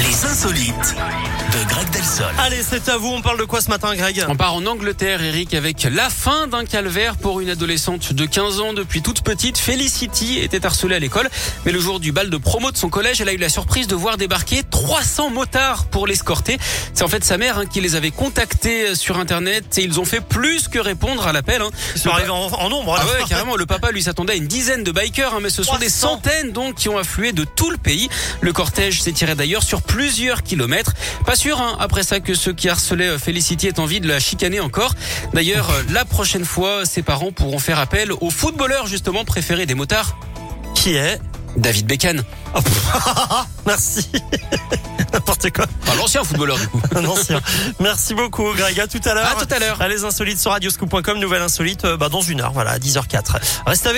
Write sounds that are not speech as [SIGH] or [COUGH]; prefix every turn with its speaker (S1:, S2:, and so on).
S1: insolite de Greg Delsol.
S2: Allez, c'est à vous. On parle de quoi ce matin, Greg
S3: On part en Angleterre, Eric, avec la fin d'un calvaire pour une adolescente de 15 ans depuis toute petite. Felicity était harcelée à l'école, mais le jour du bal de promo de son collège, elle a eu la surprise de voir débarquer 300 motards pour l'escorter. C'est en fait sa mère hein, qui les avait contactés sur Internet et ils ont fait plus que répondre à l'appel. hein.
S2: Ils sont arrivés en, en nombre.
S3: Ah
S2: alors.
S3: ouais, carrément. Le papa, lui, s'attendait à une dizaine de bikers, hein, mais ce sont des
S2: 300.
S3: centaines donc qui ont afflué de tout le pays. Le cortège s'étirait d'ailleurs sur plusieurs kilomètres. Pas sûr, hein, après ça, que ceux qui harcelaient euh, Felicity aient envie de la chicaner encore. D'ailleurs, euh, la prochaine fois, ses parents pourront faire appel au footballeur justement préféré des motards,
S2: Qui est [LAUGHS]
S3: David Beckham.
S2: Merci. [LAUGHS] N'importe quoi.
S3: Enfin, l'ancien footballeur du coup.
S2: Un ancien. Merci beaucoup, Greg. À tout à l'heure.
S3: À tout à l'heure.
S2: À les insolites sur radioscoop.com. Nouvelle insolite euh, bah, dans une heure. Voilà, à 10h04. Restez avec